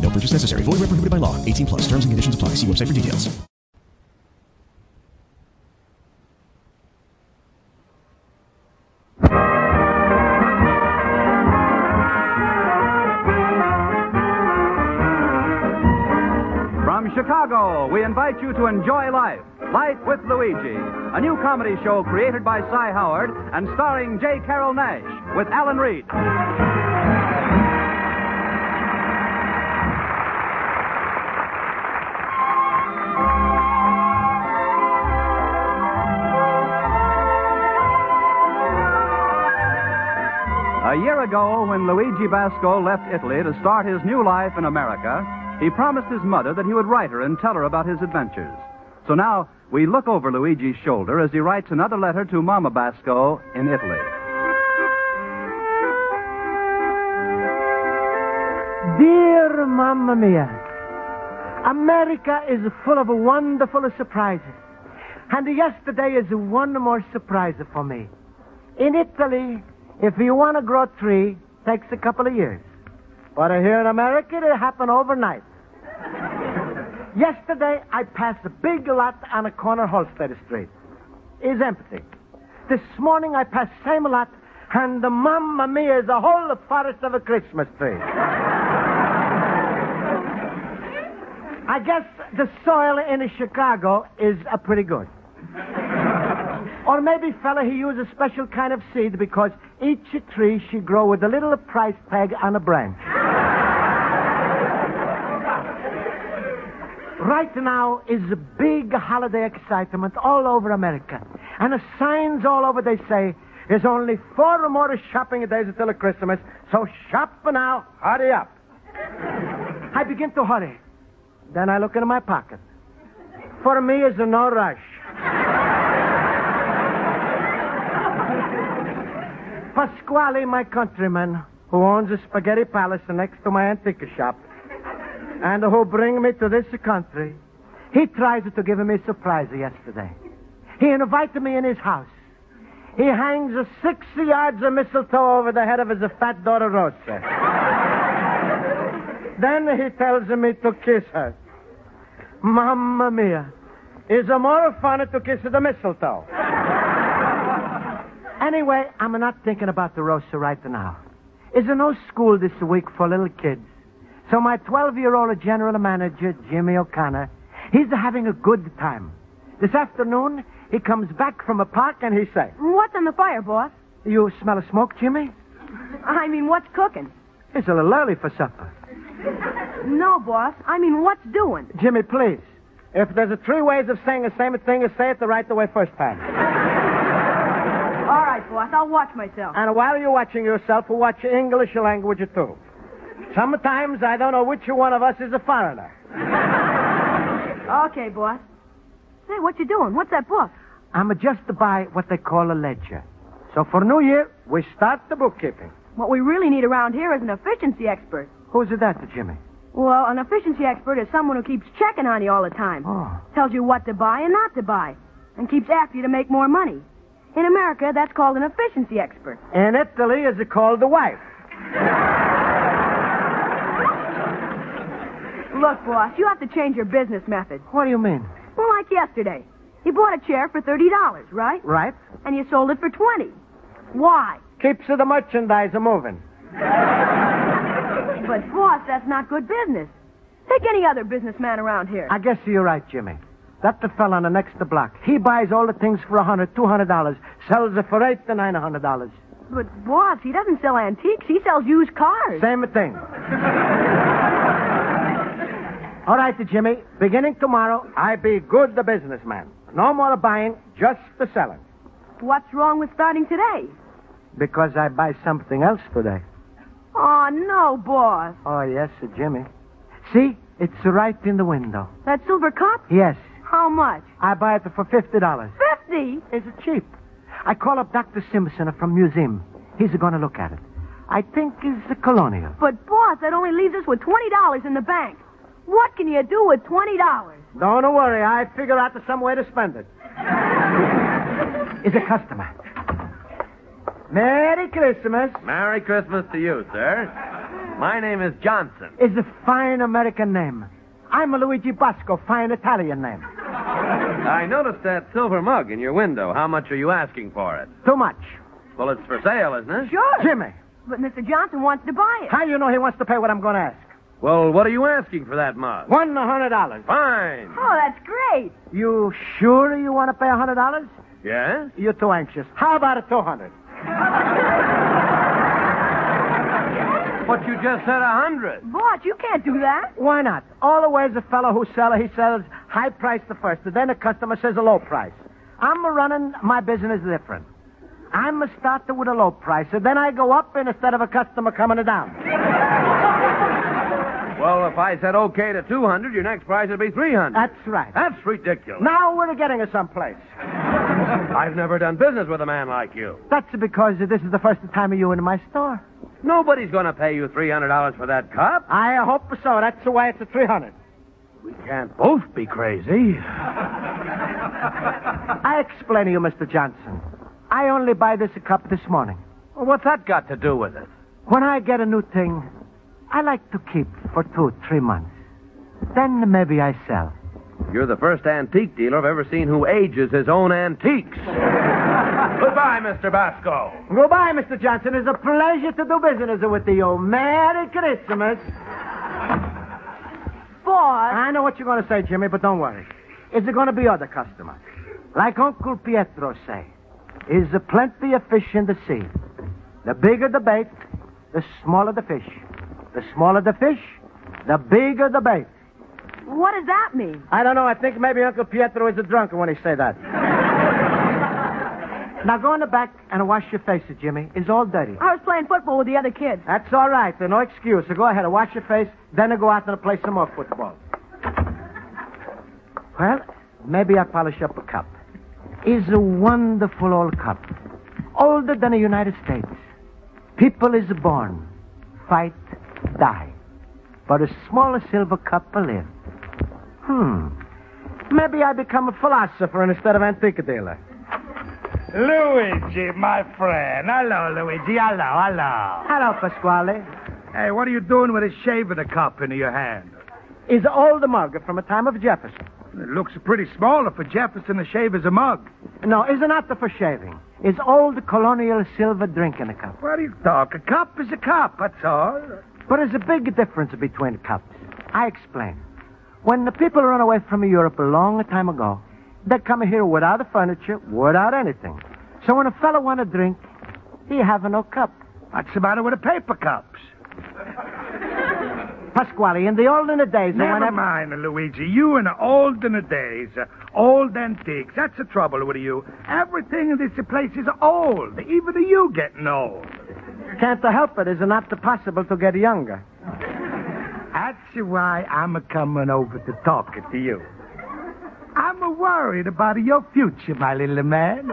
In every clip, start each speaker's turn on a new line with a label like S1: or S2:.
S1: No purchase necessary. Void where prohibited by law. 18 plus. Terms and conditions apply. See website for details.
S2: From Chicago, we invite you to enjoy life. Life with Luigi, a new comedy show created by Cy Howard and starring J. Carol Nash with Alan Reed. A year ago, when Luigi Basco left Italy to start his new life in America, he promised his mother that he would write her and tell her about his adventures. So now we look over Luigi's shoulder as he writes another letter to Mama Basco in Italy.
S3: Dear Mamma Mia, America is full of wonderful surprises. And yesterday is one more surprise for me. In Italy, if you want to grow a tree, takes a couple of years. But here in America, it happened overnight. yesterday, I passed a big lot on a corner Holstead Street. It's empty. This morning, I passed same lot, and the Mamma Mia is a whole forest of a Christmas tree. I guess the soil in Chicago is uh, pretty good. or maybe fella he used a special kind of seed because each tree she grow with a little price tag on a branch. right now is a big holiday excitement all over America. And the signs all over they say there's only four more shopping days until Christmas, so shop for now, hurry up. I begin to hurry. Then I look into my pocket. For me, is no rush. Pasquale, my countryman, who owns a spaghetti palace next to my antique shop, and who bring me to this country, he tries to give me a surprise yesterday. He invited me in his house. He hangs a six yards of mistletoe over the head of his fat daughter Rosa. then he tells me to kiss her. Mamma mia, is a more fun to kiss the mistletoe. Anyway, I'm not thinking about the Rosa right now. Is there no school this week for little kids? So my 12-year-old general manager, Jimmy O'Connor, he's having a good time. This afternoon, he comes back from a park and he says,
S4: What's on the fire, boss?
S3: You smell a smoke, Jimmy?
S4: I mean, what's cooking?
S3: It's a little early for supper.
S4: No, boss. I mean, what's doing?
S3: Jimmy, please. If there's a three ways of saying the same thing, you say it the right the way first time.
S4: All right, boss. I'll watch myself.
S3: And while you're watching yourself, watch English language too. Sometimes I don't know which one of us is a foreigner.
S4: Okay, boss. Say, what you doing? What's that book?
S3: I'm just to buy what they call a ledger. So for New Year, we start the bookkeeping.
S4: What we really need around here is an efficiency expert.
S3: Who's it that, Jimmy?
S4: Well, an efficiency expert is someone who keeps checking on you all the time.
S3: Oh.
S4: Tells you what to buy and not to buy. And keeps after you to make more money. In America, that's called an efficiency expert.
S3: In Italy, is it called the wife?
S4: Look, boss, you have to change your business method.
S3: What do you mean?
S4: Well, like yesterday. You bought a chair for $30, right?
S3: Right?
S4: And you sold it for 20 Why?
S3: Keeps the merchandise moving.
S4: But, boss, that's not good business.
S3: Take any other businessman around here.
S2: I guess you're right, Jimmy. That the fella on the next block. He buys all the things for a hundred, two hundred dollars, sells it for eight to nine hundred dollars.
S3: But boss, he doesn't sell antiques. He sells used cars.
S2: Same thing. All right, Jimmy. Beginning tomorrow, I be good the businessman. No more buying, just the selling.
S3: What's wrong with starting today?
S2: Because I buy something else today.
S3: Oh no, boss.
S2: Oh yes, Jimmy. See, it's right in the window.
S3: That silver cup?
S2: Yes,
S3: How much?
S2: I buy it for fifty dollars.
S3: Fifty.
S2: Is it cheap? I call up Dr. Simpson from museum. He's going to look at it. I think it's the colonial.
S3: But boss, that only leaves us with twenty dollars in the bank. What can you do with twenty dollars?
S2: Don't worry. I figure out some way to spend it. Is a customer. Merry Christmas.
S5: Merry Christmas to you, sir. My name is Johnson.
S2: Is a fine American name. I'm a Luigi Bosco, fine Italian name.
S5: I noticed that silver mug in your window. How much are you asking for it?
S2: Too much.
S5: Well, it's for sale, isn't it?
S3: Sure.
S2: Jimmy,
S3: But Mr. Johnson wants to buy it.
S2: how you know he wants to pay what I'm going to ask?
S5: Well, what are you asking for that mug?
S2: One hundred dollars.
S5: Fine.
S3: Oh, that's great.
S2: You sure you want to pay a hundred dollars?
S5: Yes?
S2: You're too anxious. How about a two hundred?
S5: But you just said a hundred.
S3: Boss, you can't do that.
S2: Why not? All the way is a fellow who sells, he sells high price the first, and then a customer says a low price. I'm running my business different. I'm a starter with a low price, and then I go up, and instead of a customer coming down.
S5: Well, if I said okay to two hundred, your next price would be three hundred.
S2: That's right.
S5: That's ridiculous.
S2: Now we're getting to someplace.
S5: I've never done business with a man like you.
S2: That's because this is the first time you in my store.
S5: Nobody's going to pay you three hundred dollars for that cup.
S2: I hope so. That's why it's a 300.
S5: We can't both be crazy.
S2: I explain to you, Mr. Johnson. I only buy this cup this morning.
S5: Well, what's that got to do with it?
S2: When I get a new thing, I like to keep for two, three months. Then maybe I sell.
S5: You're the first antique dealer I've ever seen who ages his own antiques. Goodbye, Mr. Bosco.
S2: Goodbye, Mr. Johnson. It's a pleasure to do business with you. Merry Christmas.
S3: Boss.
S2: I know what you're going to say, Jimmy, but don't worry. It's going to be other customer. Like Uncle Pietro say, is a plenty of fish in the sea. The bigger the bait, the smaller the fish. The smaller the fish, the bigger the bait.
S3: What does that mean?
S2: I don't know. I think maybe Uncle Pietro is a drunken when he say that. now go in the back and wash your face, Jimmy. It's all dirty.
S3: I was playing football with the other kids.
S2: That's all right. There's no excuse. So go ahead and wash your face, then I'll go out and play some more football. Well, maybe I polish up a cup. It's a wonderful old cup. Older than the United States. People is born, fight, die. But a smaller silver cup live. Hmm. Maybe I become a philosopher instead of antique dealer.
S6: Luigi, my friend. Hello, Luigi. Hello, hello.
S2: Hello, Pasquale.
S6: Hey, what are you doing with a shave and a cup in your hand?
S2: Is old mug from a time of Jefferson.
S6: It looks pretty small for Jefferson to shave as a mug.
S2: No, it's not the for shaving. It's old colonial silver drink in a cup.
S6: What do you talk? A cup is a cup, that's all.
S2: But there's a big difference between cups. I explain. When the people run away from Europe a long time ago, they come here without the furniture, without anything. So when a fellow want a drink, he have no cup.
S6: What's the matter with the paper cups?
S2: Pasquale, in the olden days,
S6: Never
S2: when I...
S6: mind, Luigi. You in the olden days, uh, old antiques. That's the trouble with you. Everything in this place is old. Even you getting old.
S2: can't help it. Is it not possible to get younger?
S6: That's why I'm coming over to talk to you. I'm worried about your future, my little man.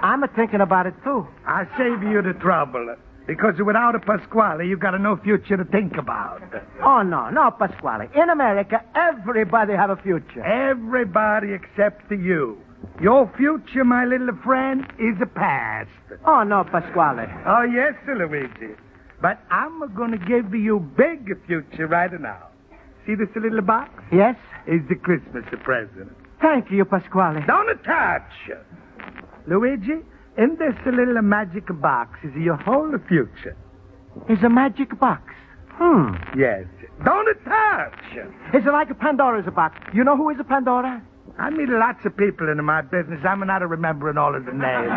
S2: I'm thinking about it too.
S6: I save you the trouble. Because without a Pasquale, you got no future to think about.
S2: Oh no, no, Pasquale. In America, everybody have a future.
S6: Everybody except you. Your future, my little friend, is a past.
S2: Oh no, Pasquale.
S6: Oh, yes, Luigi. But I'm going to give you big future right now. See this little box?
S2: Yes?
S6: It's the Christmas present.
S2: Thank you, Pasquale.
S6: Don't attach. Luigi, in this little magic box is your whole future.
S3: It's a magic box. Hmm.
S2: Yes. Don't attach.
S3: It's like a Pandora's box. You know who is a Pandora?
S2: I meet lots of people in my business. I'm not remembering all of the names.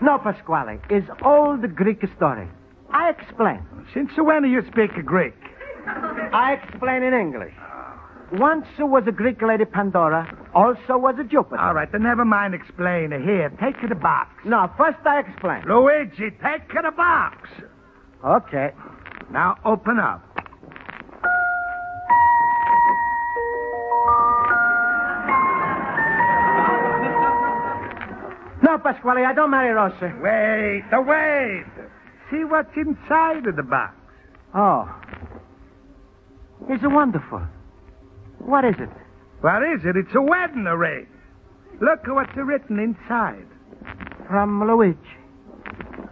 S3: no, Pasquale. It's all the Greek story. I explain.
S2: Since when do you speak Greek?
S3: I explain in English. Once there was a Greek lady Pandora, also was a Jupiter.
S2: All right, then never mind explain. Here, take the box.
S3: No, first I explain.
S2: Luigi, take the box.
S3: Okay.
S2: Now open up.
S3: No, Pasquale, I don't marry Rossi.
S2: Wait, wait. See what's inside of the box.
S3: Oh. It's wonderful. What is it?
S2: What is it? It's a wedding ring. Look what's written inside.
S3: From Luigi.